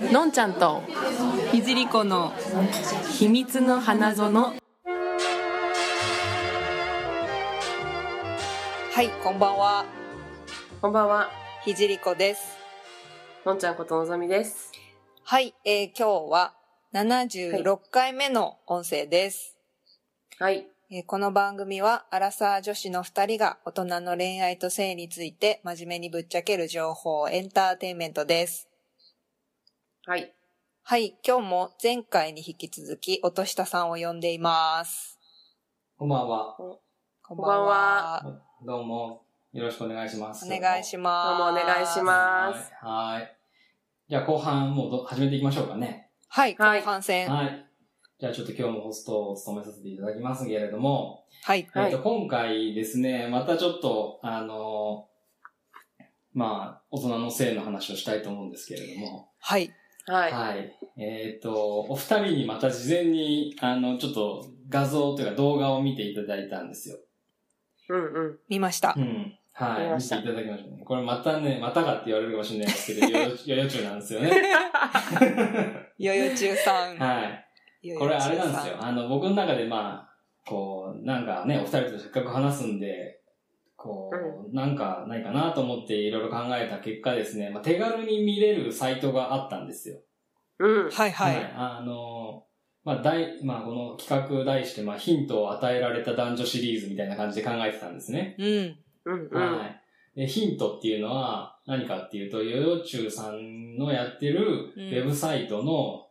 のんちゃんといじりこの秘密の花園はいこんばんはこんばんはひじりこですのんちゃんことのぞみですはい、えー今日は76回目の音声です、はいえーこの番組はアラサー女子の2人が大人の恋愛と性について真面目にぶっちゃける情報エンターテインメントですはいはい今日も前回に引き続き落としたさんを呼んでいますこんばんは。こんばんはどうも、よろしくお願いします。お願いしますどうもお願いしまます。はーい。じゃあ後半もうど始めていきましょうかね。はい後はい半戦はい、はい。じゃあちょっと今日もホストを務めさせていただきますけれども、はいえっと、今回ですね、またちょっと、あのまあ、大人の性の話をしたいと思うんですけれども、はいはいはい。えっ、と、お二人にまた事前に、あの、ちょっと画像というか動画を見ていただいたんですよ。うんうん見ました、うん。はわかりい。ま見してたいただきましたね。これまたね、またかって言われるかもしれないですけど、よよよちゅなんですよね。よよちゅうさん、はい。いこれあれなんですよ。あの、僕の中でまあ、こう、なんかね、お二人とせっかく話すんで、こう、なんかないかなと思っていろいろ考えた結果ですね、まあ、手軽に見れるサイトがあったんですよ。うんはいはい、あの、まあ、大、まあ、この企画題して、まあ、ヒントを与えられた男女シリーズみたいな感じで考えてたんですね。うんうんうはんい。で、ヒントっていうのは何かっていうと、ヨヨチュウさんのやってるウうんェブサイトの、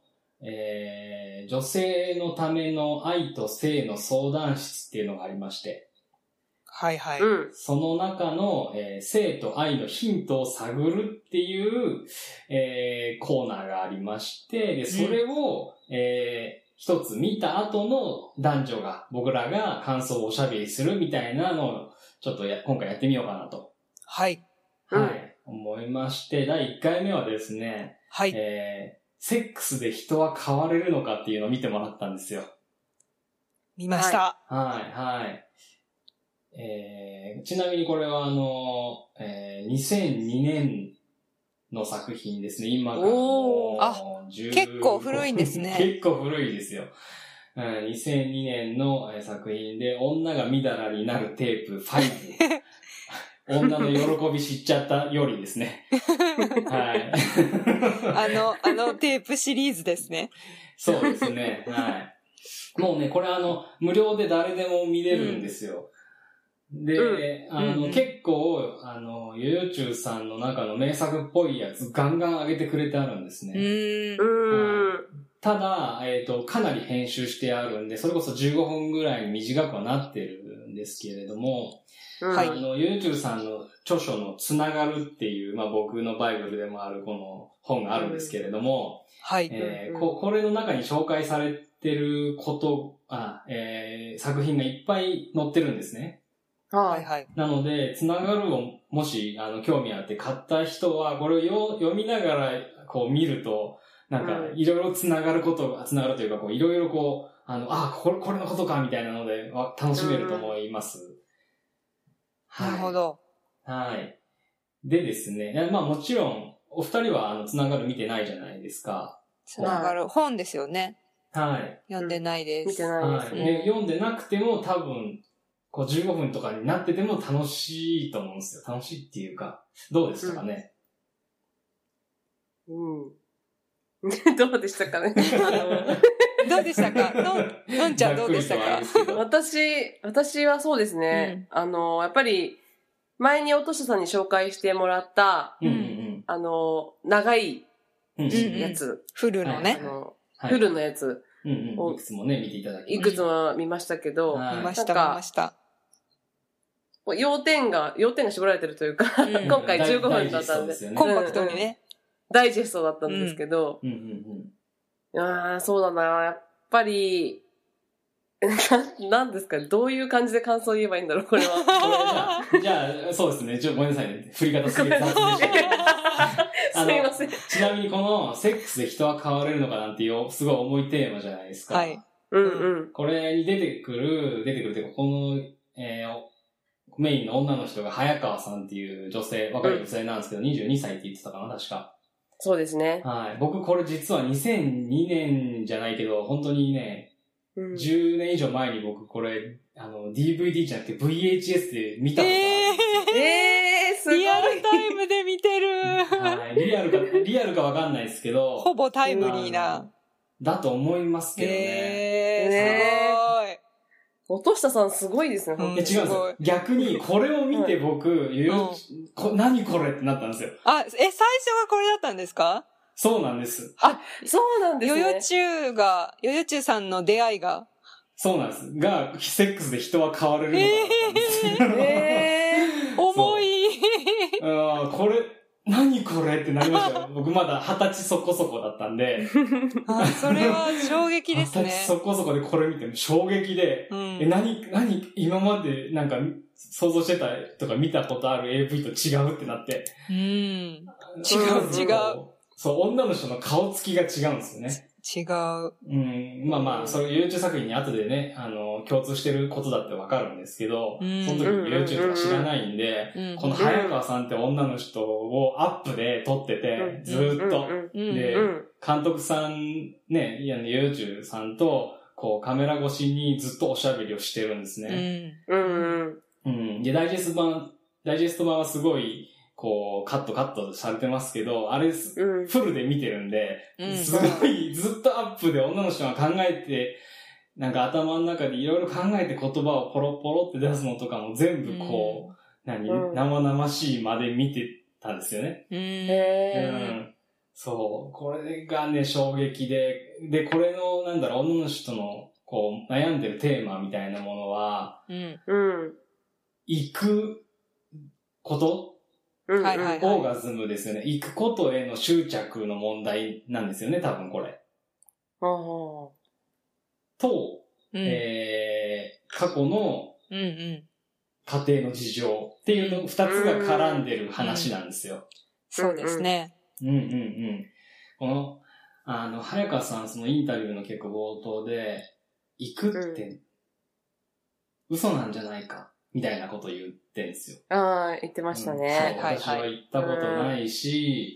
えー女性のための愛と性の相談室っていうのがありまして、はいはい、うんその中の、えー性と愛のヒントを探るっていう、えーコーナーがありまして、で、それを、えー一つ見た後の男女が、僕らが感想をおしゃべりするみたいなのを、ちょっとや今回やってみようかなと。はいうんはい、思いまして、第1回目はですね、はい。えー、セックスで人は変われるのかっていうのを見てもらったんですよ。見ました。はい、はい。えー、ちなみにこれはあの、えー、2002年の作品ですね、今からおーあもう15結構古いんですね 結構古いですよ。うん2002年のえー作品で、女がみだらになるテープ5。女の喜び知っちゃったよりですね。はい。 あの、あのテープシリーズですね。そうですね。はい。もうね、これあの、無料で誰でも見れるんですよ。で、あうんの、うん結構、あの、ヨヨチュウさんの中の名作っぽいやつガンガン上げてくれてあるんですうね。ーんう。んただ、えっ、と、かなり編集してあるんで、それこそ15分ぐらいに短くはなってるんですけれども、うんはいあの、ヨヨチュウさんの著書のつながるっていう、まあ僕のバイブルでもあるこの本があるんですけれども、はい。えうんうーんここれの中に紹介されてることあ、えー作品がいっぱい載ってるんですね。ははいいはい。なので、つながるをもしあの興味あって買った人は、これをよ読みながらこう見ると、なんかうんいろいろつながることが、つながるというか、こういろいろこう、あの、あ、これ、これのことかみたいなので、わ楽しめると思います。はいなるほど。はい。でですね、いやまあもちろん、お二人はあのつながる見てないじゃないですか。つながる。本ですよね。はい。読んでないです。見てないはですい、ねでうん読んでなくても多分、こう15分とかになってても楽しいと思うんですよ。楽しいっていうか、どうでしたかね。うん どうでしたかねどうでしたかのんのんちゃんどうでしたか私私はそうですねあのやっぱり前におとしさんに紹介してもらったうんうんあの長いうん。うんうんやつフルのあね。のはいフルのやつうんうん。いくつもね、見ていただきいくつも見ましたけど、はい見ましなた、んか見ました。こう要点が、要点が絞られてるというか、 うん今回15分だったんでですよねコンパクトにね。ダイジェストだったんですけど、うんうんああ、そうだな、やっぱり、 ななんですかね、どういう感じで感想言えばいいんだろう、これは。 うん。じゃあ、じゃあ、そうですね。ちょ、ごめんなさいね。振り方すげえ雑で した。あのすいません。ちなみにこの、セックスで人は変われるのかなんていう、すごい重いテーマじゃないですか。はい。うんうん。これに出てくる、出てくるっていうか、この、えーおメインの女の人が早川さんっていう女性、若い女性なんですけど、22歳って言ってたかな、確か。そうですね。はい。僕これ実は2002年じゃないけど、本当にね、うん10年以上前に僕これ、あの、DVD じゃなくて VHS で見たことえー、すー、ごい。リアルタイムで見てある。る。はい。リアルか、リアルかわかんないですけど、ほぼタイムリーな。だと思いますけどね。えー、す落としたさんすごいですね、うん本いや違うんですすごいよ。逆に、これを見て僕、ゆううんこ何これってなったんですよ。ごい。あ、え、最初はこれだったんですかそうなんです。当に。そうなんですヨね。ヨチュが、ヨヨチュさんの出会いが。そうなんです。が、セックスで人は変われるのかなと思ったんですよえー、重い。あーこれ、何これってなりましたよ。 僕まだ二十歳そこそこだったんで。あ、それは衝撃二で十す歳ね。そこそこでこれ見ても衝撃で、うえ、ん。何、何、今までなんか想像してたとか見たことある AV と違うってなって。うん。違う違う。そう、女の人の顔つきが違うんですよね。う。うん、まあまあ、そういう YouTube 作品に後でね、あの、共通してることだってわかるんですけど、うんその時 YouTube とか知らないんで、うん。この早川さんって女の人をアップで撮ってて、ずーっう。とんうんでうんうん監督さん、ね、いや、ゆうちゅうさんと、こう、カメラ越しにずっとおしゃべりをしてるんですうね。ん。うんうん。うん。で、ダイジェスト版、ダイジェスト版はすごい、こう、カットカットされてますけど、あれす、うん。フルで見てるんで、うん。すごい、ずっとアップで女の人が考えて、なんか頭の中でいろいろ考えて言葉をポロポロって出すのとかも全部こう、何、うん生々しいまで見てたんですよね。うん。うん。うえんそう。これがね、衝撃で、で、これの、なんだろう、女の人の、こう、悩んでるテーマみたいなものは、うん。ー、うん。行くこと、うん。はいはいオーガズムですよね。行くことへの執着の問題なんですよね、多分これ。ああ。と、うん。えー、過去のうん。うん。家庭の事情っていうの、二つが絡んでる話なんですよ。そうですね。うんうんうん。この、あの、早川さん、そのインタビューの結構冒頭で、行くって、嘘なんじゃないか、みたいなこと言ってんですよ。ああ、言ってましたね。うんそうはいはい私は行ったことないし、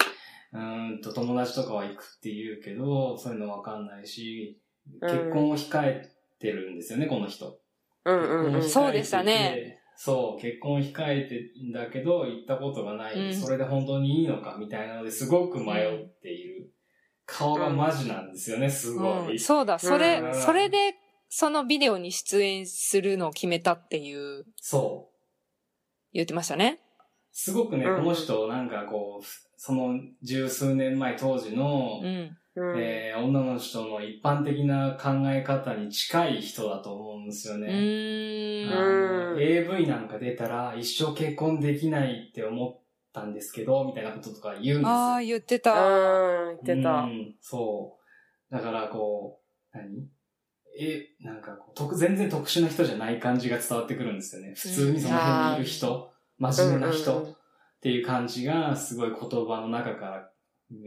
うーんと、友達とかは行くって言うけど、そういうのわかんないし、結婚を控えてるんですよね、この人。うんうんうん。結婚をそ控えててうでしたね。そう、結婚を控えてんだけど、行ったことがなうい、んそれで本当にいいのかみたいなのですごく迷っている。顔がマジなんですよね、すごうい。ん。そうだ、それう、んそれで、そのビデオに出演するのを決めたっていう、そう。言ってましたね。すごくね、うんこの人、なんかこう、その十数年前当時の、うん。うんえー女の人の一般的な考え方に近い人だと思うんですようね。ーん。あうのん AV なんか出たら一生結婚できないって思ったんですけど、みたいなこととか言うんですよ。ああ、言ってうた。ん、言ってうた。ん、そう。だからこう、何え、なんかこう特、全然特殊な人じゃない感じが伝わってくるんですよね。普通にその辺にいる人、真面目な人っていう感じがすごい言葉の中から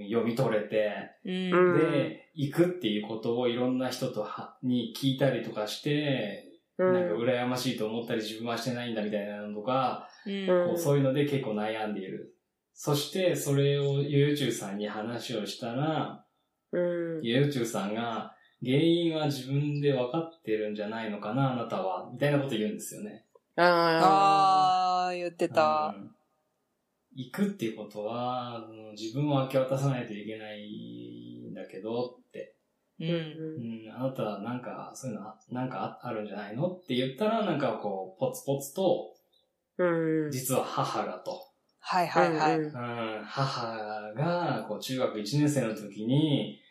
読み取れて、うん。うんで、行くっていうことをいろんな人とは、に聞いたりとかして、うんなんか羨ましいと思ったり自分はしてないんだみたいなのとか、うん。うんこうそういうので結構悩んでいる。そして、それをゆうちゅうさんに話をしたら、うん。ゆうちゅうさんが、原因は自分で分かってるんじゃないのかな、あなたは、みたいなこと言うんですよね。ああ。ああ、言ってたう。ん行くっていうことは、うん自分を明け渡さないといけないんだけど、って。う。うん。うんん、あなたはなんか、そういうのあ、なんかああるんじゃないのって言ったら、なんかこう、ポツポツと、うん。実は母がと。はいはいはい。うんうん、母が、こう、中学1年生の時に、うん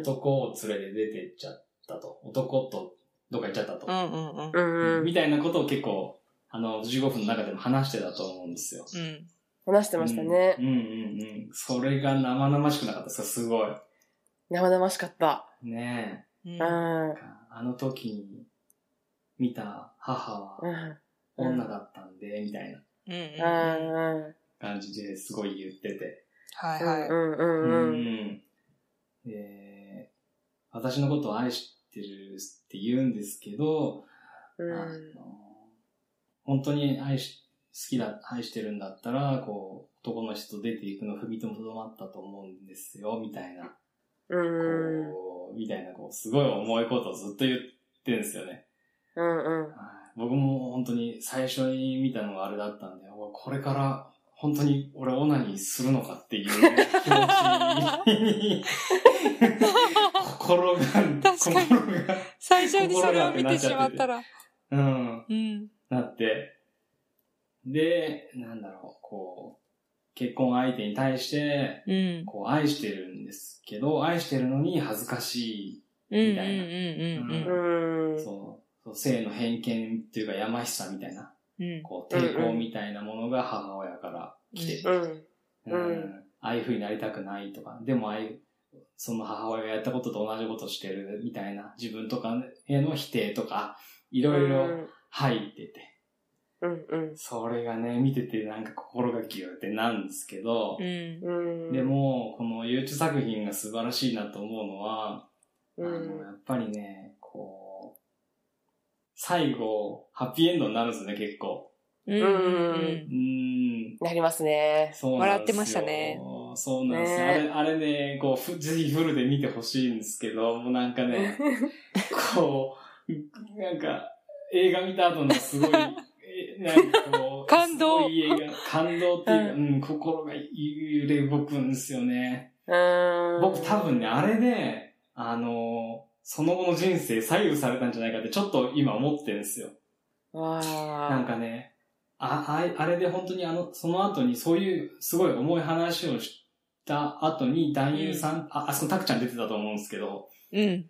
男を連れて出てっちゃったと。男と、どっか行っちゃったとう。んうんうん。うんうん。みたいなことを結構、あの、15分の中でも話してたと思うんですよ。うしん。話してましたね。うんうんうん。それが生々しくなかったですかすごい。生々しかった。ねうんう。ん。え。あの時に見た母うはん。女だったんで、みたいなうんうんうん。うん。感じですごい言ってて。はいうん。うはんうんうん。うんで私のことを愛してるって言うんですけど、うあのん。本当に愛し好きだ、愛してるんだったら、こう、男の人出ていくの踏みとどまったと思うんですよ、みたいな。うこん。う、みたいな、こう、すごい重いことをずっと言ってるんですよね。うんうん。はい僕も本当に最初に見たのがあれだったんで、うわこれから本当に俺オナニーするのかっていう気持ち に心が、確かに心が、最初にそれを見てしまったら。うん、うん。なって。で、なんだろう、こう、結婚相手に対して、うん。こう愛してるんですけど、愛してるのに恥ずかしうん。うん。みたいなうん。うん。うんい、。そう、そう性の偏見っていうかやましさみたいな、うん。こう抵抗みたいなものが母親から来てて、うん。ううんんああいう風になりたくないとか、でもああいう、その母親がやったことと同じことしてるみたいな、自分とかへの否定とか、いろいろ入ってて、うんうん。それがね、見ててなんか心がギューってなんですけどう、ん。うん。で、も、このゆうち作品が素晴らしいなと思うのは、うあの、やん。っぱりね、こう、最後、ハッピーエンドになるんですね、結構。うん。うんう。ん、なりますね。そうなんですよ笑ってましたね。そうなんですよ。ねあれ、あれね、こうふ、ぜひフルで見てほしいんですけど、もうなん かね、こう、なんか、映画見た後のすごい、えなんかこう、感動すごい映画感動っていうか、ううん、心が揺れ動くんですよね。 うん。僕多分ね、あれで、あの、その後の人生左右されたんじゃないかってちょっと今思ってるんですよ。わあ。なんかね、あ、ああれで本当にあの、その後にそういうすごい重い話をした後に男優さん、あ、あそこタクちゃん出てたと思うんですけど、うん。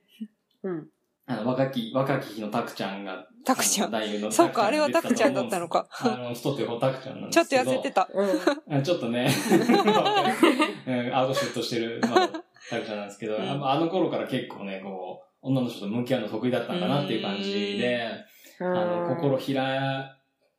うん。あの、若き、若き日のタクちゃんが、タクちゃあん。の男優のそうか、あれはタクちゃんだったのか。か。あの、太ってる方タクちゃんなんちでょっとすけど。痩せてた。うん。あちょっとね、 うんアウトシュッとしてる、まあ、タクちゃんなんですけど、うんやっぱあの頃から結構ね、こう、女の人と向き合うの得意だったんだなっていう感じで、ああの、心開、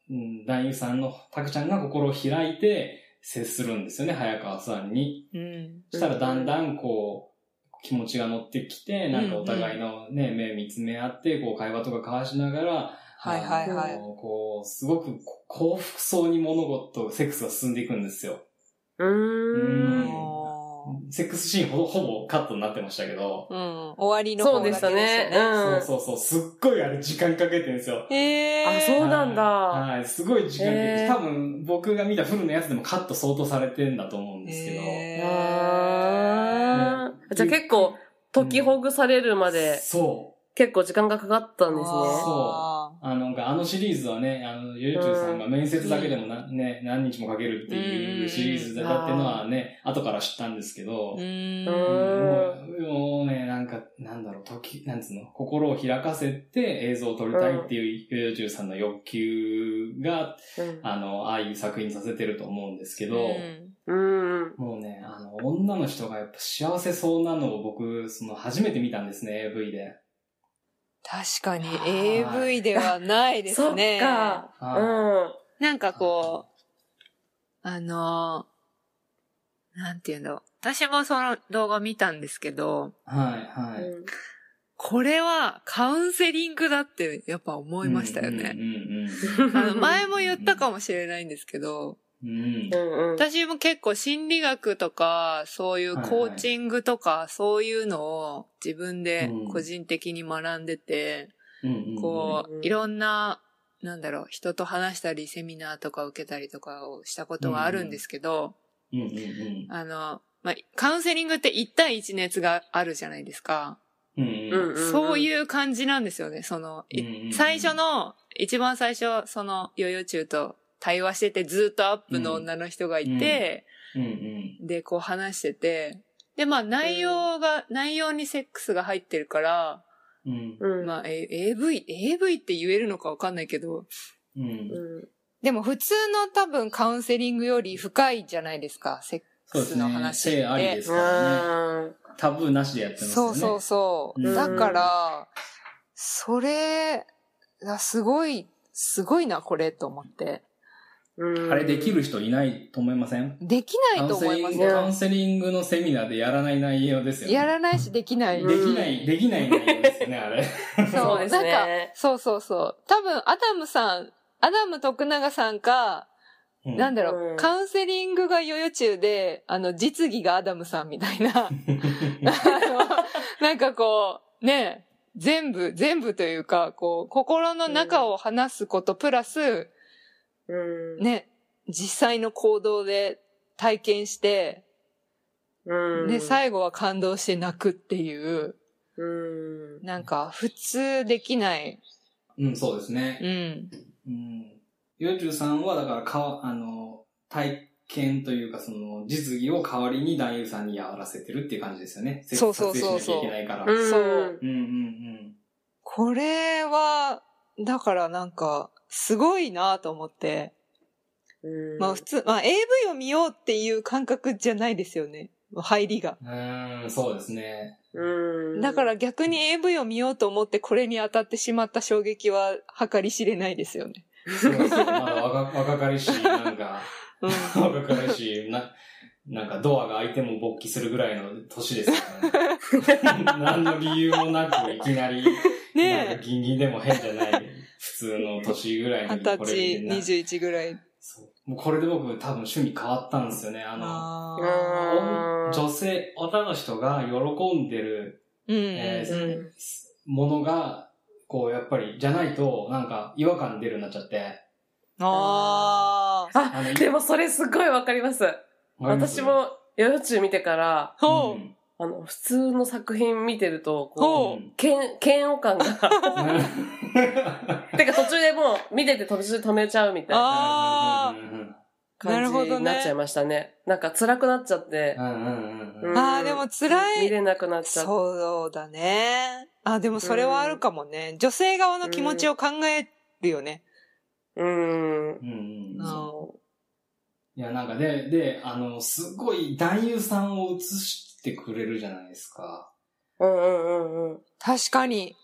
うん、男優さんの、タクちゃんが心を開いて接するんですよね、早川さんに。うん。したらだんだんこう、気持ちが乗ってきて、なんかお互いのね、目見つめ合って、こう会話とか交わしながら、はいはいはいあのこう、すごくこ幸福そうに物事、セックスが進んでいくんですよ。うーん。うセックスシーンほほぼカットになってましたけど、ん。終わりのそ方うだけででしすよたね。う。ね。そうんそうそう、すっごいあれ時間かけてるんですよ。えー。あそうなんだはい、はいすごい時間かけて、へー多分僕が見たフルのやつでもカット相当されてんだと思うんですけど。へあーじゃあ結構、解きほぐされるまで、そう。結構時間がかかったんですね。ああの、なんかあのシリーズはね、あの、ゆうちゅうさんが面接だけでもな、ね、何日もかけるってうんうんいううんシリーズだってのはね、後から知ったんですけーど、う。うんんもうもうね、なんか、なんだろう、時、なんつうの、心を開かせて映像を撮りたいっていう、ゆうちゅうさんの欲求が、うんあの、ああいう作品にさせてると思うんですけうど、んうん。もうね、あの、女の人がやっぱ幸せそうなのを僕、その、初めて見たんですね、AV で。確かにはい AV ではないですね。 そっか。うあん。なんかこう、あのー、なんていうの。私もその動画見たんですけど、あはい、はい。これはカウンセリングだってやっぱ思いましたよね。うあの前も言ったかもしれないんですけど、んう んうん。うん。うんうん。私も結構心理学とか、そういうコーチングとか、そういうのを自分で個人的に学んでて、うんうんこうんう、いろんな、なんだろう、人と話したり、セミナーとか受けたりとかをしたことがあるんですけど、うんうんうん。あの、まあ、カウンセリングって1対1のやつがあるじゃないですか。うんうんうんそういう感じなんですよね、その、いうんうん最初の、一番最初、その、ヨーヨーチューと対話してて、ずっとアップの女の人がいて、うんうん。で、こう話してて、で、まあ内容が、内容にセックスが入ってるから、うんうん。まあ、A、AV、AV って言えるのかわかんないけど、うんうんでも普通の多分カウンセリングより深いじゃないですか、セッそうクでスすのね。話って。性ありでうすからね。ん。タブーなしでやってますよそね。うそうそう。うんだから、それ、あすごい、すごいな、これ、と思って。うんあれできる人いないと思いませんできないと思いますねカよ。ウンセリングのセミナーでやらない内容ですよね。やらないし、できない。うんできない、できない内容ですよね、あれ。そうですねなんか、そうそうそう。多分、アダムさん、アダム徳永さんか、うんなんだろう、うんカウンセリングがヨヨチュウで、あの、実技がアダムさんみたい な、あのなんかこう、ね、全部、全部というか、こう、心の中を話すことプラス、うん。ね、実際の行動で体験して、うん。で、最後は感動して泣くっていう、うん。なんか、普通できない。うん、そうですね。うん。うん。ヨジュさんは、だからかわ、あの、体験というか、その、実技を代わりに男優さんにやらせてるっていう感じですよね。そうそうそうそう撮影しなきゃいけないから。ううんん。そううんうんこれは、だからなんか、すごいなと思って。うん。まあ普通、まあ AV を見ようっていう感覚じゃないですよね。入りが。うん。うーん、そうですね。うん。だから逆に AV を見ようと思ってこれに当たってしまった衝撃は計り知れないですよね。そうですねまだ若若かりしい、なんか、 うん。若かりしい、な、なんかドアが開いても勃起するぐらいの年ですからね。 何の理由もなく、いきなり、なんねかギンギンでも変じゃない、普通の年ぐらえ。い二の十歳、な21ぐらい。そう。もうこれで僕多分趣味変わったんですよね。あの、ああー女性、女の人が喜んでるーうんえーうんうん。ものが、こうやっぱり、じゃないと、なんか違和感出るようになっちゃって。ああ。ああの、でもそれすごいわかります。わかります私、も、ヨヨチュウ見てから、ほう。あの、普通の作品見てると、うこほんう、嫌嫌悪感が。 てか途中でもう、見てて途中で止めちゃうみたいなあうんうんなる感ほどじねになっちゃいましたね。なんか辛くなっちゃってう、んうんうんうんあ。ああ、でも辛見い。れなくなっちゃって。そうだね。あ、でもそれはあるかもね。女性側の気持ちを考えるよね。うん。うんうんあーそいや、なんかで、で、あの、すごい男優さんを映してくれるじゃないですか。う。うんうんうんうん。確かに。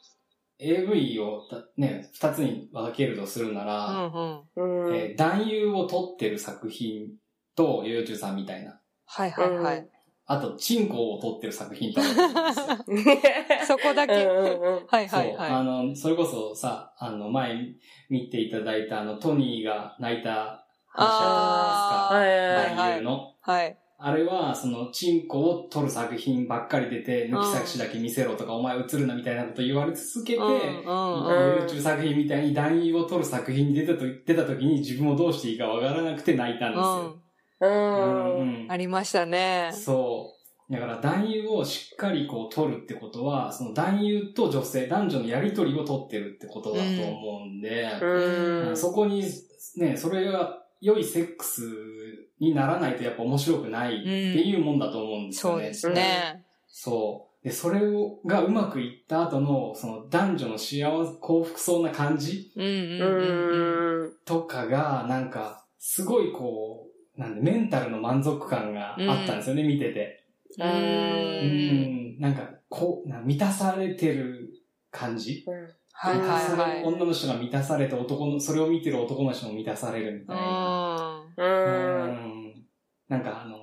AV をたね、二つに分けるとするなうら、んうん。うん。えー男優を撮ってる作品と、ヨヨチュウさんみたいな。はいはいはい。あと、チンコを撮ってる作品とあると思うんですよ そこだうんけ。うんうん。はいそう、はいあはの、それこそさ、あの、前見ていただいた、あの、トニーが泣いた話あはいったじゃないであーすか。男優の。い。はい。あれは、その、チンコを撮る作品ばっかり出て、ん抜き差しだけ見せろとか、お前映るなみたいなこと言われ続けて、うんうんうん。ん YouTube 作品みたいに男優を撮る作品に出たと、出た時に自分もどうしていいかわからなくて泣いたんですよ。うんううん。んありましたね。そう。だから男優をしっかりこう取るってことは、その男優と女性、男女のやりとりを取ってるってことだと思うんで、うんそこに、ね、それが良いセックスにならないとやっぱ面白くないっていうもんだと思うんですよそうね。ですね。そう。で、それをがうまくいった後の、その男女の幸せ、幸福そうな感じうんううんうんうん。ん。とかが、なんか、すごいこう、なんで、メンタルの満足感があったんですよね、見てて。う。うんん、なんか、こう、なんか満たされてる感じ、はい満たされはい女の人が満たされて男の、それを見てる男の人も満たされるみたいな。はい。う。うんなんかあの、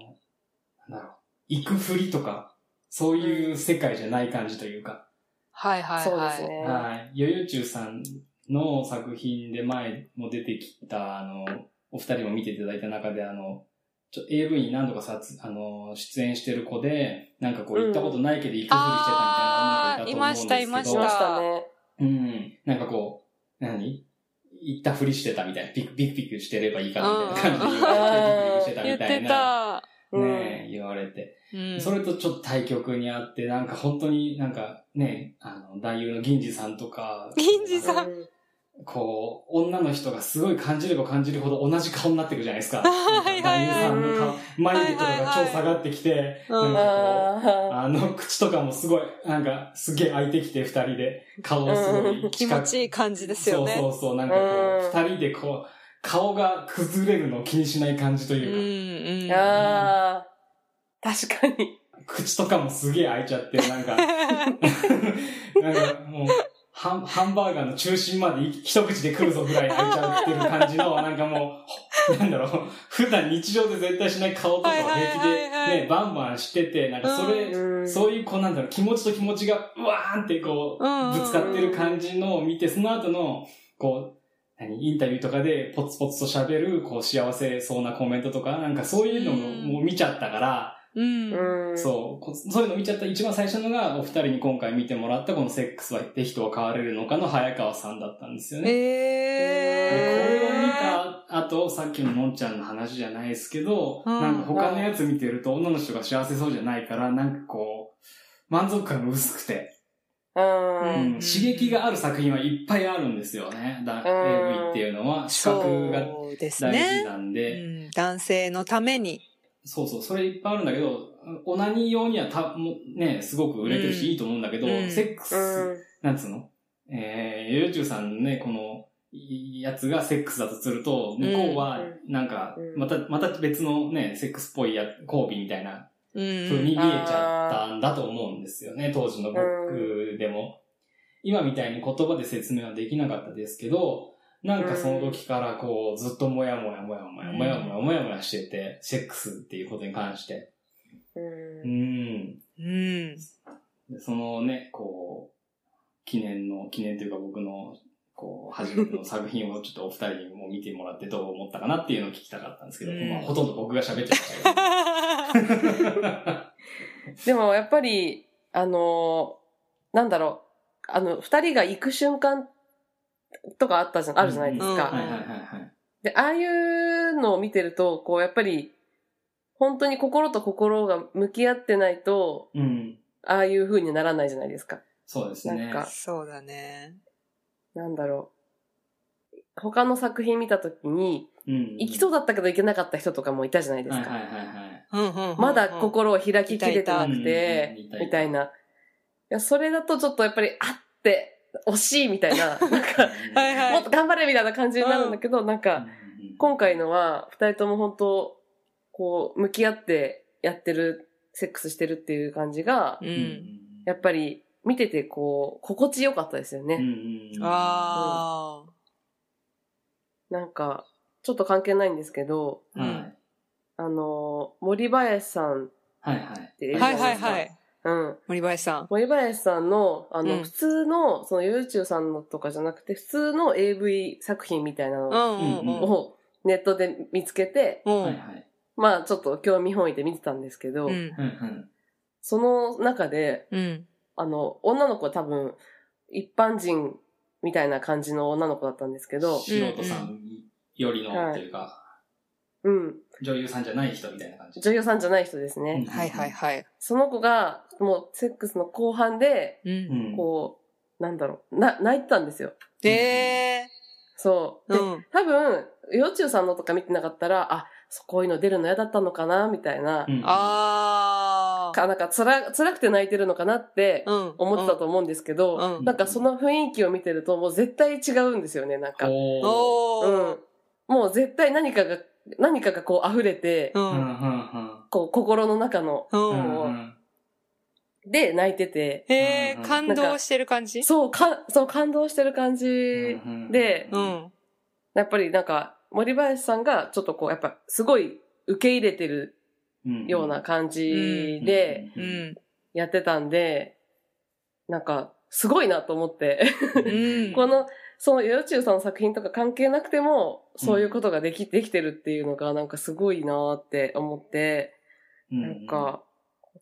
なんだろう、行くふりとか、そういう世界じゃない感じというか。はいはいはい。そうですね。はい。ヨヨチュウさんの作品で前も出てきた、あの、お二人も見ていただいた中で、あの、ちょ AV に何度かさつあの出演してる子で、なんかこううん行ったことないけど行くふりしてたみあーたいな女の子いたと思うんですけど。いまししましたね。うん。なんかこう、何行ったふりしてたみたいな。ピクピクピクしてればいいかみたいな感じで言われて、ピクピクしてた言みったていな。た。うんねえ、言われて。うん。それとちょっと対極にあって、なんか本当になんかね、あの、男優の銀次さんとか、銀次さんこう、女の人がすごい感じれば感じるほど同じ顔になってくるじゃないですか。 はいはいはい男優さんの顔、眉毛とかが超下がってきて、うんなんかこうああの、口とかもすごい、なんか、すげえ開いてきて、二人で、顔をすごい気近持くちいい感じですよね。そうそうそう、なんかこう、う二人でこう、顔が崩れるのを気にしない感じとうんいうか、ーうん。あー。確かに。口とかもすげえ開いちゃって、なんか、 なんかもう、ハンハンバーガーの中心まで一一口で来るぞぐらい開いちゃってる感じの、なんかもう、なんだろう、普段日常で絶対しない顔とかを平気はいではいはいはね、バンバンしてて、なんかそれ、うんそういうこうなんだろう、気持ちと気持ちが、うわーんってこう、うんうんうんぶつかってる感じのを見て、その後の、こう、何インタビューとかでポツポツと喋る、こう幸せそうなコメントとか、なんかそういうのもうんもう見ちゃったから、うん。うん。そう、こそういうの見ちゃった一番最初のが、お二人に今回見てもらったこのセックスはって人は変われるのかの早川さんだったんです よね。でこえれをー。見た後、さっきののんちゃんの話じゃないですけど、うんなんか他のやつ見てると女の人が幸せそうじゃないから、なんかこう、満足感が薄くて、ううんん。刺激がある作品はいっぱいあるんですよね。うだん AV っていうのは視覚がそうです大事ね。なんうで、ん、男性のために。そうそう、それいっぱいあるんだけど、オナニー用にはた、もね、すごく売れてるうんしいいと思うんだけど、うんセックス、うん。なんつうのえー、ヨヨチュウさんのね、この、いやつがセックスだとすると、向こうはう、なんかう、んまた、また別のね、セックスっぽいや、交尾みたいなう風に見えん。ちゃったんだと思うんですよね、当時の僕でも。今みたいに言葉で説明はできなかったですけど、なんかその時からこう、ずっともやもやもやもやもやもやもやもやしてて、セックスっていうことに関して。うんうん。うん。でそのね、こう、記念の、記念というか僕の、こう、初めての作品をちょっとお二人にも見てもらってどう思ったかなっていうのを聞きたかったんですけど、うんまあほとんど僕が喋っちゃいましたけど。でもやっぱり、あのーなんだろう、あの、二人が行く瞬間とかあったじゃん、あるじゃないですか。うんうんはいはいはいはい。で、ああいうのを見てると、こう、やっぱり、本当に心と心が向き合ってないと、うん。ああいう風にならないじゃないですか。そうですね。なんか そうだね。なんだろう。他の作品見たときに、うん行きそうだったけど行けなかった人とかもいたじゃないですはいか。はいはいはい。うんうんうんまだ心を開ききれてなくていたいた、うんみたいな。いや、それだとちょっとやっぱり、あって、惜しいみたい な、なんか、はいはいもっと頑張れみたいな感じになるんだけど、なんか、今回のは、二人とも本当、こう、向き合ってやってる、セックスしてるっていう感じがう、。うんやっぱり、見ててこう、心地よかったですようんね。うんうんあなんか、ちょっと関係ないんですけど、うんはいあの、森林さんっはいはい。ているじあ。はゃないでいすか。はいはい。うん。森林さん。森林さんの、あの、うん普通の、その、ユーチューさんのとかじゃなくて、普通の AV 作品みたいなうのんうんうん。をネットで見つけて、うはいん。はい。まあ、ちょっと興味本位で見てたんですけど、うん。うんうんその中で、うん。あの、女の子は多分、一般人みたいな感じの女の子だったんですけど、素人さんよりのっていうか、うん、女優さんじゃない人みたいな感じ。女優さんじゃない人ですね。うんはいはいはい。その子が、もう、セックスの後半で、う。うんんこう、なんだろう、な、泣いてたんですよ。えそう。ー。で、うん。多分、幼虫さんのとか見てなかったら、あ、そうこういうの出るの嫌だったのかな、みたいな、うんああ。かなんか辛、辛くて泣いてるのかなってうん。思ってたと思うんですけど、うんうんなんかその雰囲気を見てると、もう絶対違うんですよね、なんか。おーおうーん。もう絶対何かが、何かがこう溢れて、ううんうんん。こう心の中の、う。うんんうんで泣いてて、へえうんう、ん感動してる感じそう、か、そう感動してる感じ、でううんん。やっぱりなんか森林さんがちょっとこう、やっぱすごい受け入れてるうんような感じうんでう、ん。やってたんで、なんかすごいなと思って、 うんこの、そのヨチュウさんの作品とか関係なくても、そういうことができ、できてるっていうのがなんかすごいなーって思って、うんなん、か、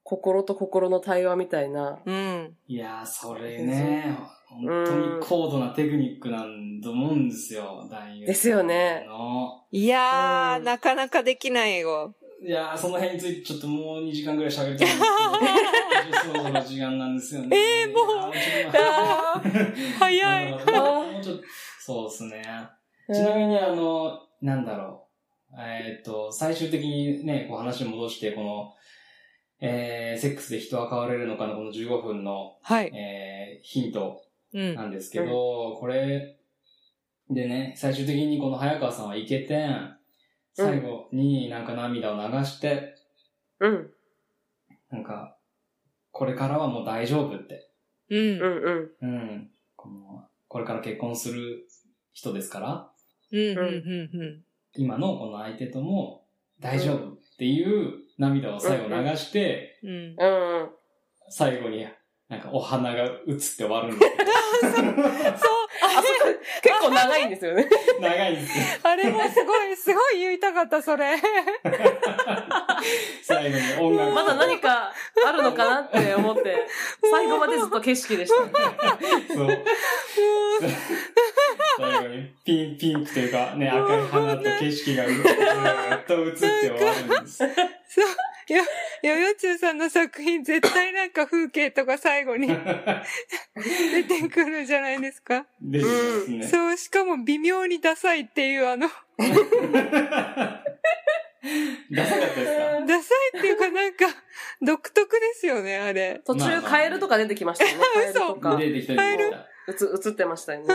心と心の対話みたいな、うん。いやー、それね、本当に高度なテクニックなんと思うんですよ、男優。ですよね。のいやうー、んなかなかできないよ。いやー、その辺についてちょっともう2時間ぐらい喋りたいんです けど、そろそろ時間なんですよね。えーもう。ちょっとあー早い。 うんもうちょっと、そうですね。ちなみに、あの、なんだろう。えーっと、最終的にね、こう話を戻して、この、えー、セックスで人は変われるのかのこの15分の、 はい。えー、ヒントうん。なんですけど、これ、でね、最終的にこの早川さんはイケてん、最後になんか涙を流して、うん、なんか、これからはもう大丈夫って。うう。んん、うん、うん。この、これから結婚する人ですから、うん。うん。今のこの相手とも大丈夫っていう涙を最後流して、うん。うん。うん、うん。最後になんかお花が映って終わるんですけど。そう、 あそこ結構長いんですよね。長いんですよ。あれもすごい、 すごい言いたかった、それ。最後に音楽。まだ何かあるのかなって思って、最後までずっと景色でした。そう。最後にピン、ピンクというか、ね、赤い花と景色がうずーっと映って終わるんです。ヨヨチュウさんの作品、絶対なんか風景とか最後に出てくるじゃないですか。でですね。そう、しかも微妙にダサいっていう、あの、ダサかったですかダサいっていうかなんか、独特ですよね、あれ。途中カエルとか出てきましたよね。カエルとか。出てきた りもした。うつ映ってましたよね。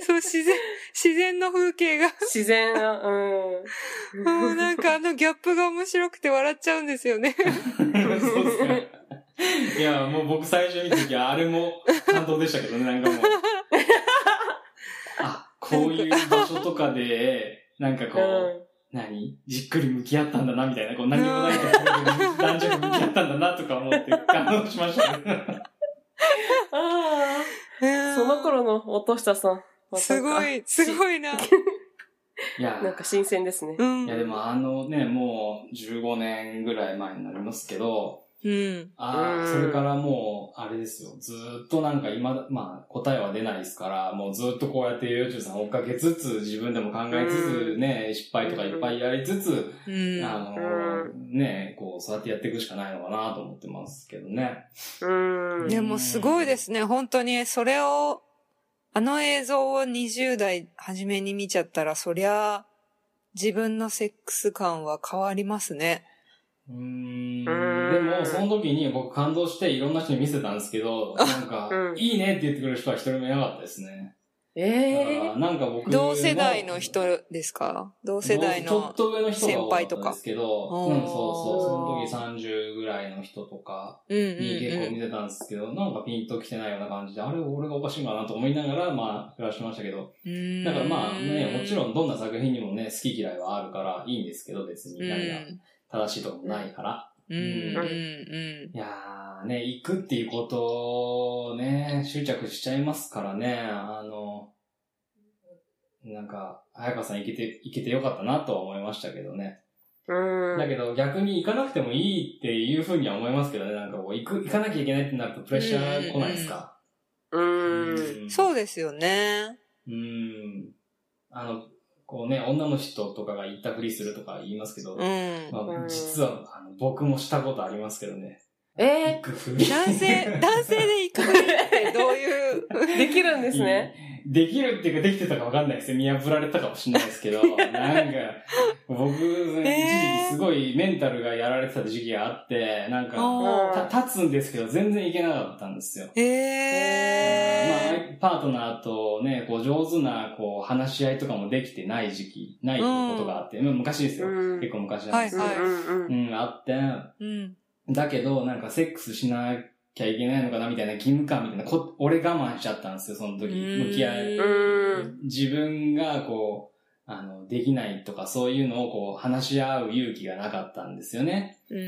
そう、自然、自然の風景が、自然が、うん。もうなんかあのギャップが面白くて笑っちゃうんですよね。そうっすか。いや、もう僕最初見た時はあれも感動でしたけどね、なんかもう。あ、こういう場所とかで、なんかこう、うん何じっくり向き合ったんだな、みたいな、こう何もないと男女に向き合ったんだな、とか思って感動しました ね。ああ。その頃の落としたさん。まさすかごい、すごいな。いや、なんか新鮮ですね。うん。いやでもあのね、もう15年ぐらい前になりますけど、うん。あうあ、んそれからもう、あれですよ。ずーっとなんか今だ、まあ答えは出ないですから、もうずーっとこうやって幼虫さん追っかけつつ、自分でも考えつつね、失敗とかいっぱいやりつつ、うん。あのー、ね、こう、そうやってやっていくしかないのかなと思ってますけどね。うん。でもすごいですね。本当に、それを、あの映像を20代初めに見ちゃったら、そりゃ、自分のセックス感は変わりますね。うーん。でうんも、その時に僕感動していろんな人に見せたんですけど、なんかう、んいいねって言ってくれる人は一人もいなかったですね。だかええらなんか僕同世代の人ですか同世代ちょっの。と上の人が多先輩とかかったんですけど、あうーん、そうそう、その時30ぐらいの人とかうんうんうに結構見ん。てたんですけど、なんかピンときてないような感じで、あれ俺がおかしいんかなと思いながら、まあ、暮らしてましたけど、うんだからまあね、もちろんどんな作品にもね、好き嫌いはあるからいいんですけど、別にうん。何が正しいとかもないから。うんうんうん。いやーね、行くっていうことをね、執着しちゃいますからね、あの、なんか、早川さん行けて、行けてよかったなとは思いましたけどね。うん。だけど逆に行かなくてもいいっていうふうには思いますけどね、なんかこう行く、行かなきゃいけないってなるとプレッシャー来ないですか。。うん。そううですよね。うん。あの、こうね、女の人とかが行ったふりするとか言いますけど、うん。まうあ、ん実はあの僕もしたことありますけどね。行えくふり。男性、 男性で行くってどういう。えできるんですね。うんできるっていうかできてたかわかんないですよ。見破られたかもしれないですけど、なんか、 僕、一時期すごいメンタルがやられてた時期があって、なんか、あた立つんですけど、全然いけなかったんですよ。ーへえ。まあ、パートナーとね、こう、上手な、こう、話し合いとかもできてない時期、ないことがあって、まあ昔ですよ。うん結構昔なんですけど、はいはいうんうんうん、あって、うん。だけど、なんかセックスしなきゃいけないのかな、みたいな義務感みたいな、こ俺我慢しちゃったんですよ、その時。うん向き合い。うん。自分が、こう、あの、できないとか、そういうのを、こう、話し合う勇気がなかったんですよね。うんう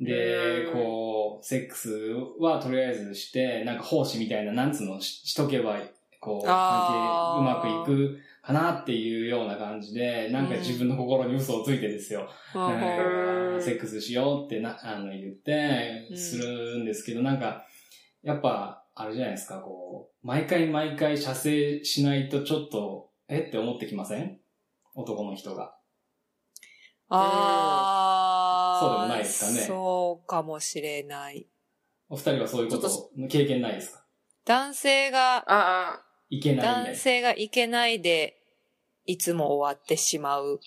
ん。でう、んこう、セックスはとりあえずして、なんか奉仕みたいな、なんつうのししとけば、こう、あー関係うまくいくかなっていうような感じで、なんか自分の心に嘘をついてですよ。なんかうんセックスしようってな、あの、言って、うんするんですけど、なんか、やっぱ、あれじゃないですか、こう、毎回毎回射精しないとちょっと、えって思ってきません男の人が。ああ。そうでもないですかねそうかもしれない。お二人はそういうことちょ経験ないですか男性が、あいけないみたいな。男性がいけないで、いつも終わってしまう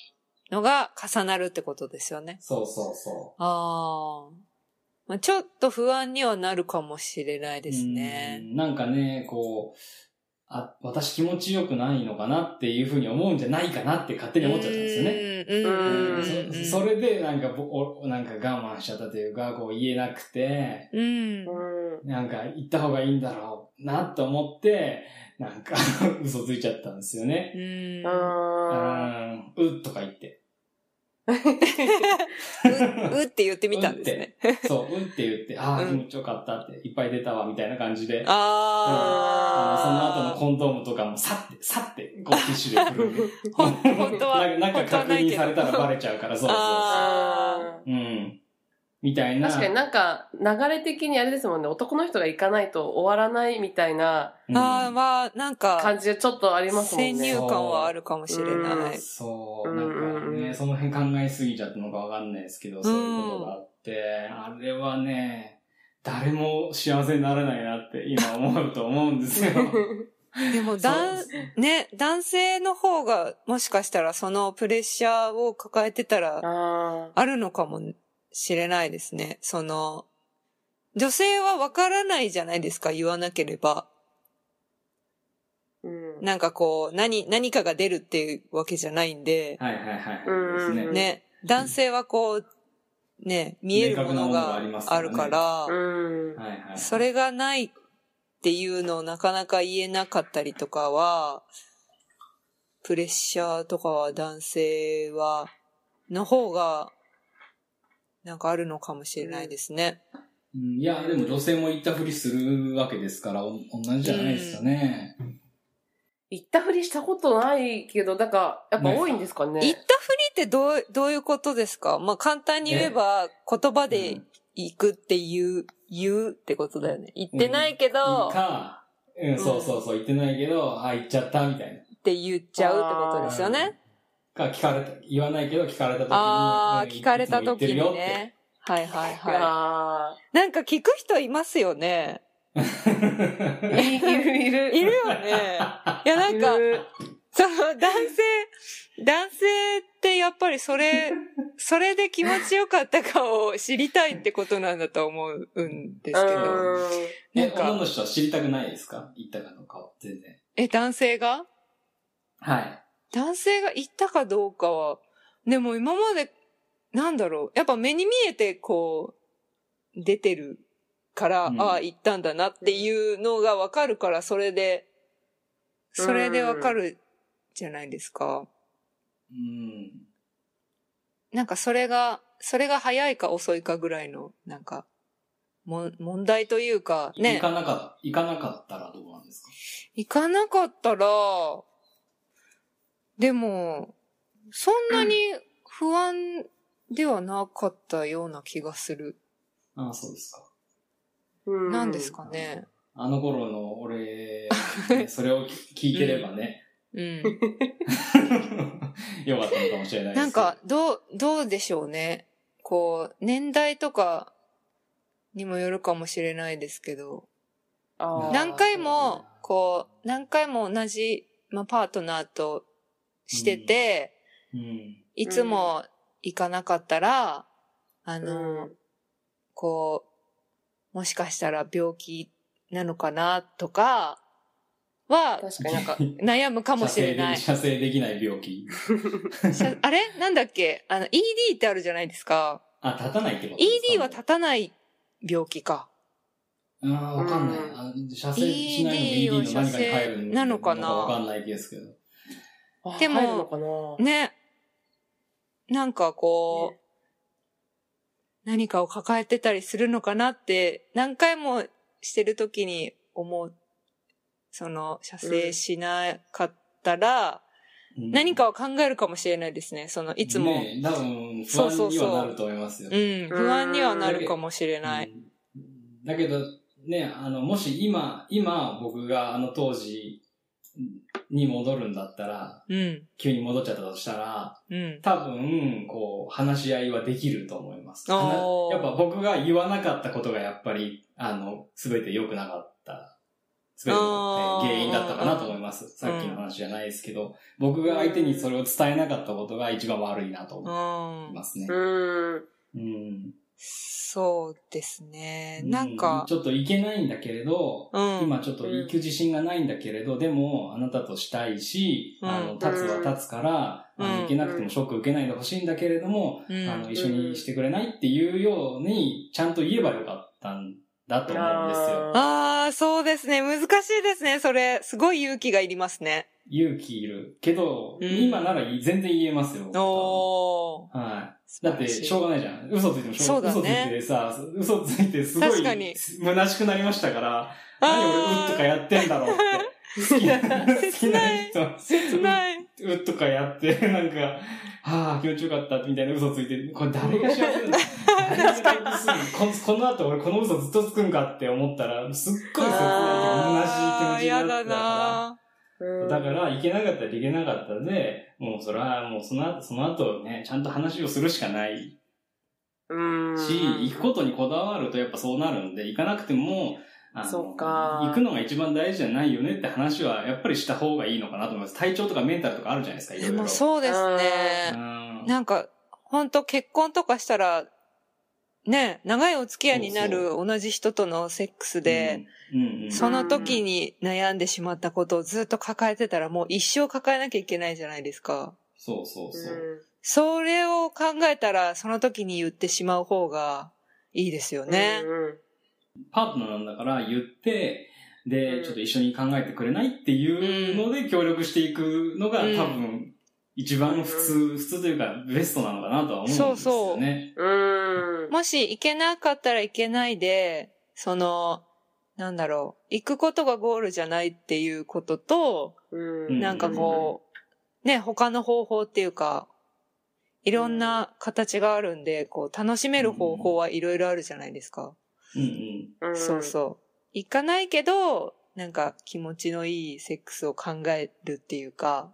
のが重なるってことですよね。そうそうそ。ああ。まあ、ちょっと不安にはなるかもしれないうですね。うん。なんかね、こう、あ、私気持ちよくないのかなっていうふうに思うんじゃないかなって勝手に思っちゃったんですよね。ううん。うん。んうんそそれで、なんかぼ、おなんか我慢しちゃったというか、こう言えなくて、うんあ。。うん。なんか行った方がいいんだろうなと思って、なんか 嘘ついちゃったんですよね。うん。あうあ。ん、うっとか言って。う、うって言ってみたんですね。 そう、うんって言って、ああ、うん気持ちよかったって、いっぱい出たわ、みたいな感じで、あのその後あのー。コンドームとかもさって、さって、こうティッシュでくる。ほん本当は、なん本当かなんかは確ない認けされたらど。バレちゃうから、そうそうそあーう。うん。みたいな。確かになんか、流れ的にあれですもんね、男の人が行かないと終わらないみたいなう んあー、まあ、なんか、感じがちょっとありますもん先入ね。観はあるかもしれない。そう、うんなんかうんうね、んその辺考えすぎちゃったのかわかんないですけど、そういうことがあって、あれはね、誰も幸せにならないなって今思うと思うんで すよ。でも、だんそうね、男性の方が、もしかしたらそのプレッシャーを抱えてたら、ああるのかもしれないですね。その、女性はわからないじゃないですか、言わなければ。ーうんなんかこう、何、何かが出るっていうわけじゃないんで、はいはいはい。うんうんうんですね。ね、男性はこう、ね、見えるものが明確なものがありますかあらねるから、うん。はいはい。それがないっていうのをなかなか言えなかったりとかは、プレッシャーとかは男性は、の方が、なんかあるのかもしれないですね。うんいや、でも女性も言ったふりするわけですから、お同じじゃないですかね。行ったふりしたことないけど、だから、やっぱ多いんですかね。言ったふりってどう、どういうことですかまあ、簡単に言えば、言葉うでん行くって言う、言うってことだよね。言ってないけど、っか、うん、そうそうそう、言ってないけど、あ、言っちゃった、みたいな。て言っちゃうってことですよね。か、聞かれた、言わないけど聞かれた時に。あうんー、聞かれた時に。いつも言ってるよね。はいはいはあい。なんか聞く人いますよね。って あ。いる、いる。いるよね。いやなんかい、るその男性、男性ってやっぱりそれ、 それで気持ちよかったかを知りたいってことなんだと思うんですけうんど。なえ、んか女の人は知りたくないですか言ったかどうかは、全然。え、男性がはい。男性が言ったかどうかは、でも今まで、なんだろう、やっぱ目に見えてこう、出てるから、うんああ、言ったんだなっていうのがわかるから、それで、それでわかるじゃないですか。うん。なんかそれが、それが早いか遅いかぐらいの、なんか、もん、問題というか、ね。行かなか、行かなかったらどうなんですか行かなかったら、でも、そんなに不安ではなかったような気がする。ああ、そうですか。うなんですかね。あの頃の俺、 ねそれを聞聞いてればね、うん。よかったのかもしれないです。なんか、、どう、どうでしょうね。こう、年代とかにもよるかもしれないですけど、あー何回そうだもね、こう、何回も同じ、まあ、パートナーとしてて、うん。いつも行かなかったら、あの、うんこう、もしかしたら病気なのかなとかは確かになんか、悩むかもしれない。射精で射精できない病気。しゃあれなんだっけあの、ED ってあるじゃないですか。あ、立たないってことですか ED は立たない病気か。ああ、わかんない。うんあ射精しないのも ED の何かに入るなのかなわかんないですけど。あでも入るのかなね。なんかこう、何かを抱えてたりするのかなって、何回もしてる時に思う。その、射精しなかったら、うん何かを考えるかもしれないですね。その、いつも。ねえ多分、不そうそう安にそうはなると思いますよ。うん、不安にはなるかもしれない。うんだけど、ね、あの、もし今、今僕があの当時に戻るんだったら、うん、急に戻っちゃったとしたら、うん。多分、こう、話し合いはできると思います。おーはなやっぱ僕が言わなかったことがやっぱり、あの、すべて良くなかった。すべてのあーね原因だったかなと思います。さっきの話じゃないですけど、僕が相手にそれを伝えなかったことが一番悪いなと思ういんま、すね。うん。うん。そうですね。なんかう、ちょっといけないんだけれど、うん今ちょっと行く自信がないんだけれど、でも、あなたとしたいし、うんあの、立つは立つから、うんあの行けなくてもショック受けないでほしいんだけれども、うんあの、一緒にしてくれないっていうように、ちゃんと言えばよかったんだと思うんですよ。あああ、そうですね。難しいですね、それ。すごい勇気がいりますね。勇気いる。けど、うん今なら全然言えますよ。おー。はい。素だ晴っらて、しいしょうがないじゃん。嘘ついてもしょうがない。そうだね嘘ついてさ、嘘ついてすご確いかに虚しくなりましたから、何俺、うあっーとかやってんだろうって。 好きな、好きな人は切ない。うっとかやって、 なんか、はあ、気持ちよかった、みたいな嘘ついて、これ誰が幸せなんだ誰が幸せなんだこのこの後俺この嘘ずっとつくんかって思ったら、すっごい切なあーいというか同じ気や持ちになっだてたから。なうんだから、行けなかったら行けなかったで、もうそれはもうその後、その後ね、ちゃんと話をするしかないし、うん。行くことにこだわるとやっぱそうなるんで、行かなくても、あのそっか行くのが一番大事じゃないよねって話はやっぱりした方がいいのかなと思います。体調とかメンタルとかあるじゃないですか、いろいでろ。もそうですうね。んなんか、本当結婚とかしたら、ね、長いお付き合いになる同じ人とのセックスで、うん、うんうんその時に悩んでしまったことをずっと抱えてたらもう一生抱えなきゃいけないじゃないですか。そうそうそう。それを考えたらその時に言ってしまう方がいいですようん。ね。うんパートナーなんだから言って、うで、んちょっと一緒に考えてくれないっていうので協力していくのがうん多分一番普通、普通というかベストなのかなとは思うんですそうそようね。うん。 もし行けなかったら行けないで、その、なんだろう、行くことがゴールじゃないっていうことと、うんなんかこう、ね、他の方法っていうか、いろんな形があるんで、こう、楽しめる方法はいろいろあるじゃないですか。うんうん。うん、そうそう。行かないけど、なんか気持ちのいいセックスを考えるっていうか、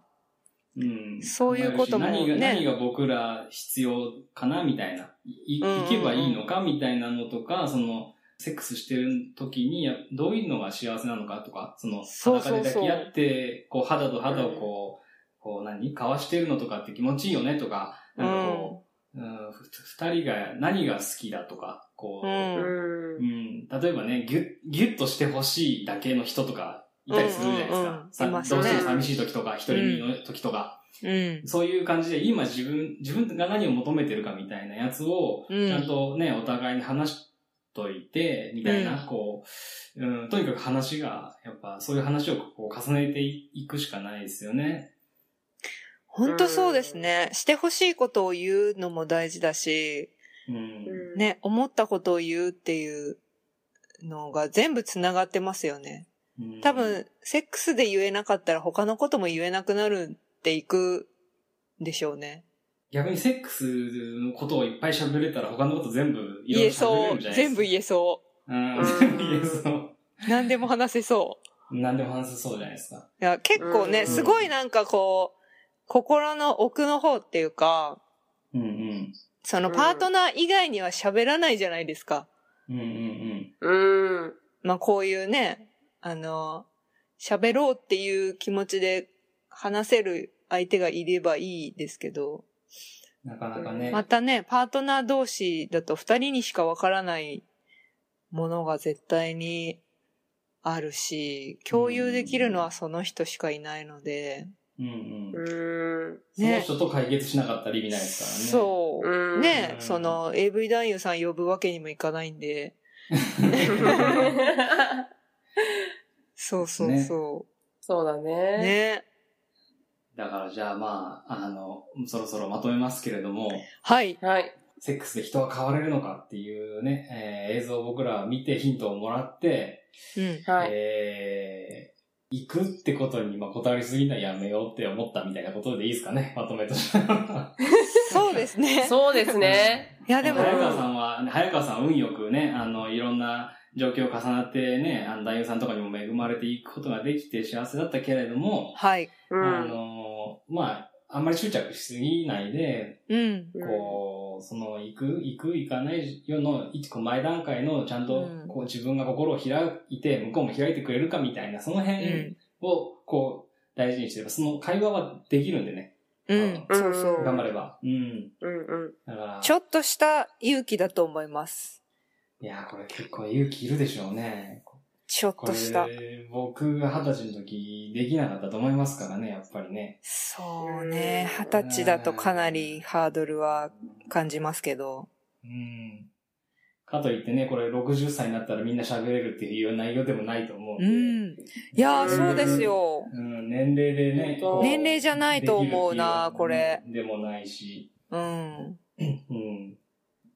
うんそういうこともね何が何が僕ら必要かなみたいな。いうんうんうん行けばいいのかみたいなのとか、その、セックスしてる時にやどういうのが幸せなのかとか、その、そうそうそう裸で抱き合って、こう肌と肌をこう、こう何交わしてるのとかって気持ちいいよねとか、なんかこう、うんふ二人が何が好きだとか、こう、うんう。うんん例えばね、ぎゅっ、ぎゅっとしてほしいだけの人とか、いたりするじゃないですうんうんうかんさ。いますどねうしても寂しい時とか、一人の時とか。うん。そういう感じで、今自分、自分が何を求めてるかみたいなやつを、うんちゃんとね、お互いに話しといて、みたいな、うんこう、うん、とにかく話が、やっぱそういう話をこう重ねていくしかないですよね。本当そうですね。してほしいことを言うのも大事だし、うん。ね、思ったことを言うっていうのが全部つながってますよね。うん多、分、セックスで言えなかったら他のことも言えなくなるっていくんでしょうね。逆にセックスのことをいっぱい喋れたら他のこと全部いろ言いろえ喋れそるんう。じゃないです全か。部言えそうん、全部言えそう。う。何でも話せそ何でも話せそうじゃないですか。う。いや結構うね、んすごいなんかこう、心の奥の方っていうか、うんうん。そのうんパートナー以外には喋らないじゃないですか。うんうんうん。うん。まあこういうね、あの、喋ろうっていう気持ちで話せる相手がいればいいですけど、なかなかね。またね、パートナー同士だと二人にしかわからないものが絶対にあるし、共有できるのはその人しかいないので、うんうん。うん。そのね人と解決しなかったら意味ないですからね。そうう。んね、うんその AV 男優さん呼ぶわけにもいかないんで、そうそうそ そうだう。ね。ね。だからじゃあまあ、あの、そろそろまとめますけれども、はい。はい。セックスで人は変われるのかっていうね、えー映像を僕らは見てヒントをもらって、うん。はい。えー行くってことにまあこだわりすぎるのはやめようって思ったみたいなことでいいですかね、まとめとして。そうですね。そうですね。いやでも、早川さんは、早川さんは運よくね、あの、いろんな状況を重なってね、あの、男優さんとかにも恵まれていくことができて幸せだったけれども、は い。うあん。の、まあ、あんまり執着しすぎないで、うん。こう、その、行く、行く、行かないよの、一個前段階の、ちゃんとう、んこう、自分が心を開いて、向こうも開いてくれるかみたいな、そのう辺ん。を、こう、大事にしてれば、その会話はできるんでね、うん。あのそうそうう。ん頑張れば。うん。うんうん。だから、ちょっとした勇気だと思います。いやー、これ結構勇気いるでしょうね。ちょっことした。れ、僕が二十歳の時、できなかったと思いますからね、やっぱりね。そうね。二十歳だとかなりハードルは感じますけど。うん。かといってね、これ60歳になったらみんな喋れるっていう内容でもないと思ううんで。ん。いやー、そうですよ。うん、年齢でね。こう年齢じゃないと思うなできるってい、これ。。でもないし。うん。うん。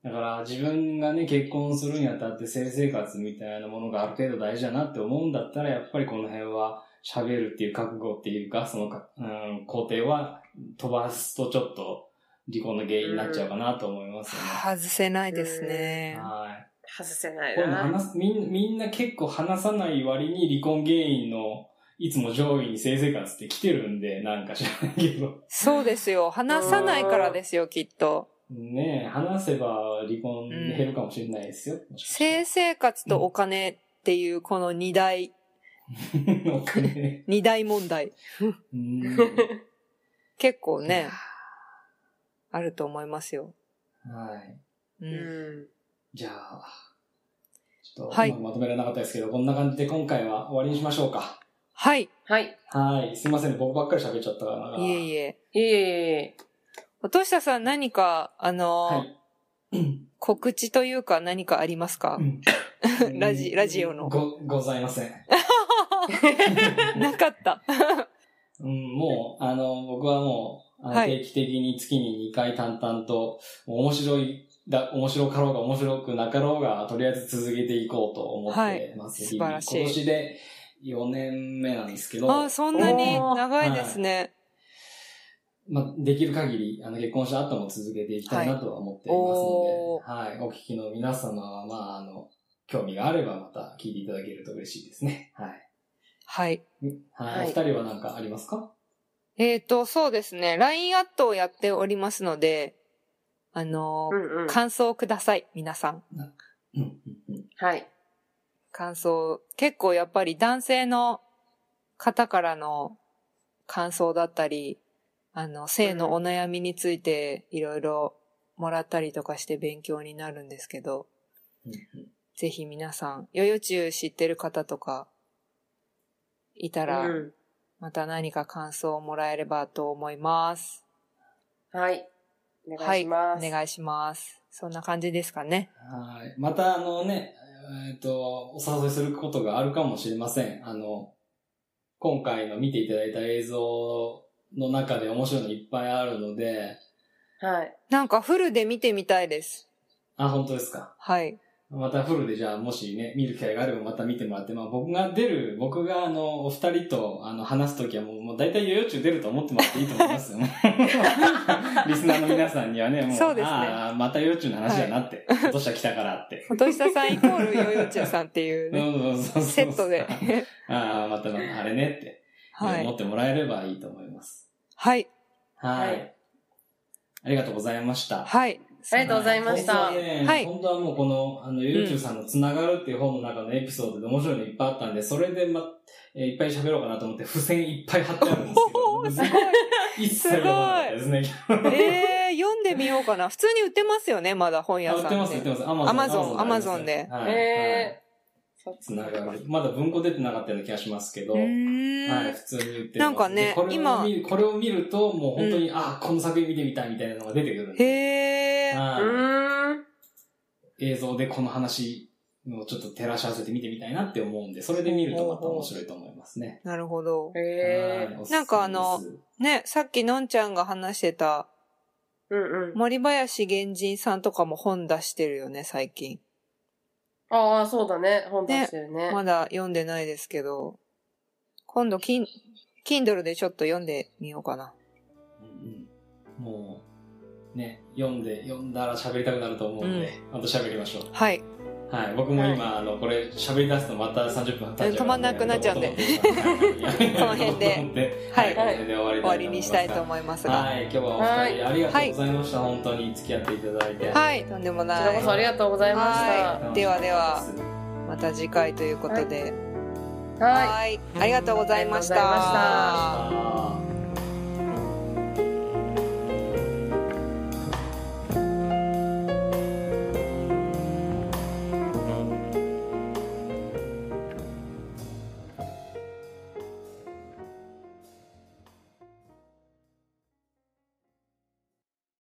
だから自分がね、結婚するにあたって性生活みたいなものがある程度大事だなって思うんだったら、やっぱりこの辺は喋るっていう覚悟っていうか、そのか、うん、工程は飛ばすとちょっと離婚の原因になっちゃうかなと思いますよね。外せないですね。はい。外せないこれもな。話すみんみんな結構話さない割に離婚原因のいつも上位に性生活って来てるんで、なんか知らないけど。そうですよ。話さないからですよ、きっと。ねえ、話せば離婚減るかもしれないですよ。もしか性生活とお金っていうこの二大、して お金二大問題。うん結構ね、あると思いますよ。はい。うう。んん。じゃあ、ちょっはというまくまとめられなかったですけど、こんな感じで今回は終わりにしましょうか。はい。はい。はい。すいません、僕ばっかり喋っちゃったから。いえいえ。いえいえいえ。落下さん何か、あのーはい。告知というか何かありますかうんラジラジオのご、ござい ません。なかった。うん、もう、あの、僕はもう、あのはい定期的に月に2回淡々と、面白い、だ、面白かろうが面白くなかろうが、とりあえず続けていこうと思ってます。はい素晴らしい今年で4年目なんですけど、あーそんなに長いですね。まあ、できる限り、あの、結婚した後も続けていきたいなとは思っていますので、はい、お聞きの皆様は、まあ、あの、興味があればまた聞いていただけると嬉しいですね。はい。はい。はい。はいお二人は何かありますかえっ、と、そうですね。LINE アットをやっておりますので、あのうーんうん。感想をください、皆さん。うんうんうんはい。感想。結構やっぱり男性の方からの感想だったり、あの、性のお悩みについていろいろもらったりとかして勉強になるんですけど、うんうんぜひ皆さん、ヨヨチュー知ってる方とか、いたら、うんまた何か感想をもらえればと思います。はい。お願いします。お願いします。そんな感じですかね。はい。また、あのね、えっ、と、お誘いすることがあるかもしれません。あの、今回の見ていただいた映像の中で面白いのいっぱいあるので、はい。なんかフルで見てみたいです。あ、本当です か。はい。またフルでじゃあ、もしね、見る機会があればまた見てもらって、まあ僕が出る、僕があの、お二人とあの、話すときはもう、もう大体余裕中出ると思ってもらっていいと思い ますよ。リスナーの皆さんにはね、もう、そうですねああ、また余裕中の話だなって、今年は来たからって。落としたさんイコールヨヨチューさんっていう うね、んうん、そうそうそうセットで。 ああ、またまたあれねって、は思い。ってもらえればいいと思います。はい。はい。はいありがとうございました。はい。ありがとうございました本当はね、はい本当はもうこの、あの、YouTube さんのつながるっていう本の中のエピソードで面白いのいっぱいあったんで、それでま、えーいっぱい喋ろうかなと思って付箋いっぱい貼ってあるんです おーすけど、一切読まなかったですね。ごい。えー、読んでみようかな。普通に売ってますよね、まだ本屋 あ売さんっで。てます、売ってます。Amazon Amazon でありますね。はい。はいえー。つながる。まだ文庫出てなかったような気がしますけど、うはーい、ん普通に言ってますなんかねでこれを見今これを見ると、もう本当に、あ、この作品見てみたいみたいなのが出てくるんで、へー。うはいーん。映像でこの話をちょっと照らし合わせて見てみたいなって思うんで、それで見るとまた面白いと思いますね。なるほど。えはいー。おすすめですなんかあのね、さっきのんちゃんが話してた、うんうん。森林源人さんとかも本出してるよね、最近。ああ、そうだね。本出してるね。まだ読んでないですけど、今度、キン、Kindle でちょっと読んでみようかな。うんうんもう、ね、読んで、読んだら喋りたくなると思うんで、あと喋りましょう。はい。はい、僕も今、あの、これ喋り出すとまた30分経っちゃうから止まんなくなっちゃうんではいこの辺では、はいいこの辺で終わりたいと思い終ますわりにしたいと思いますが。はい、今日はお二人ありがとうございました。本当に付き合っていただいて。い。はい、とんでもこちらなこいそ。ありがとうございまはではではまた次回ということで。した。はい。はい、ありがとうございました。ありがとうございましたあー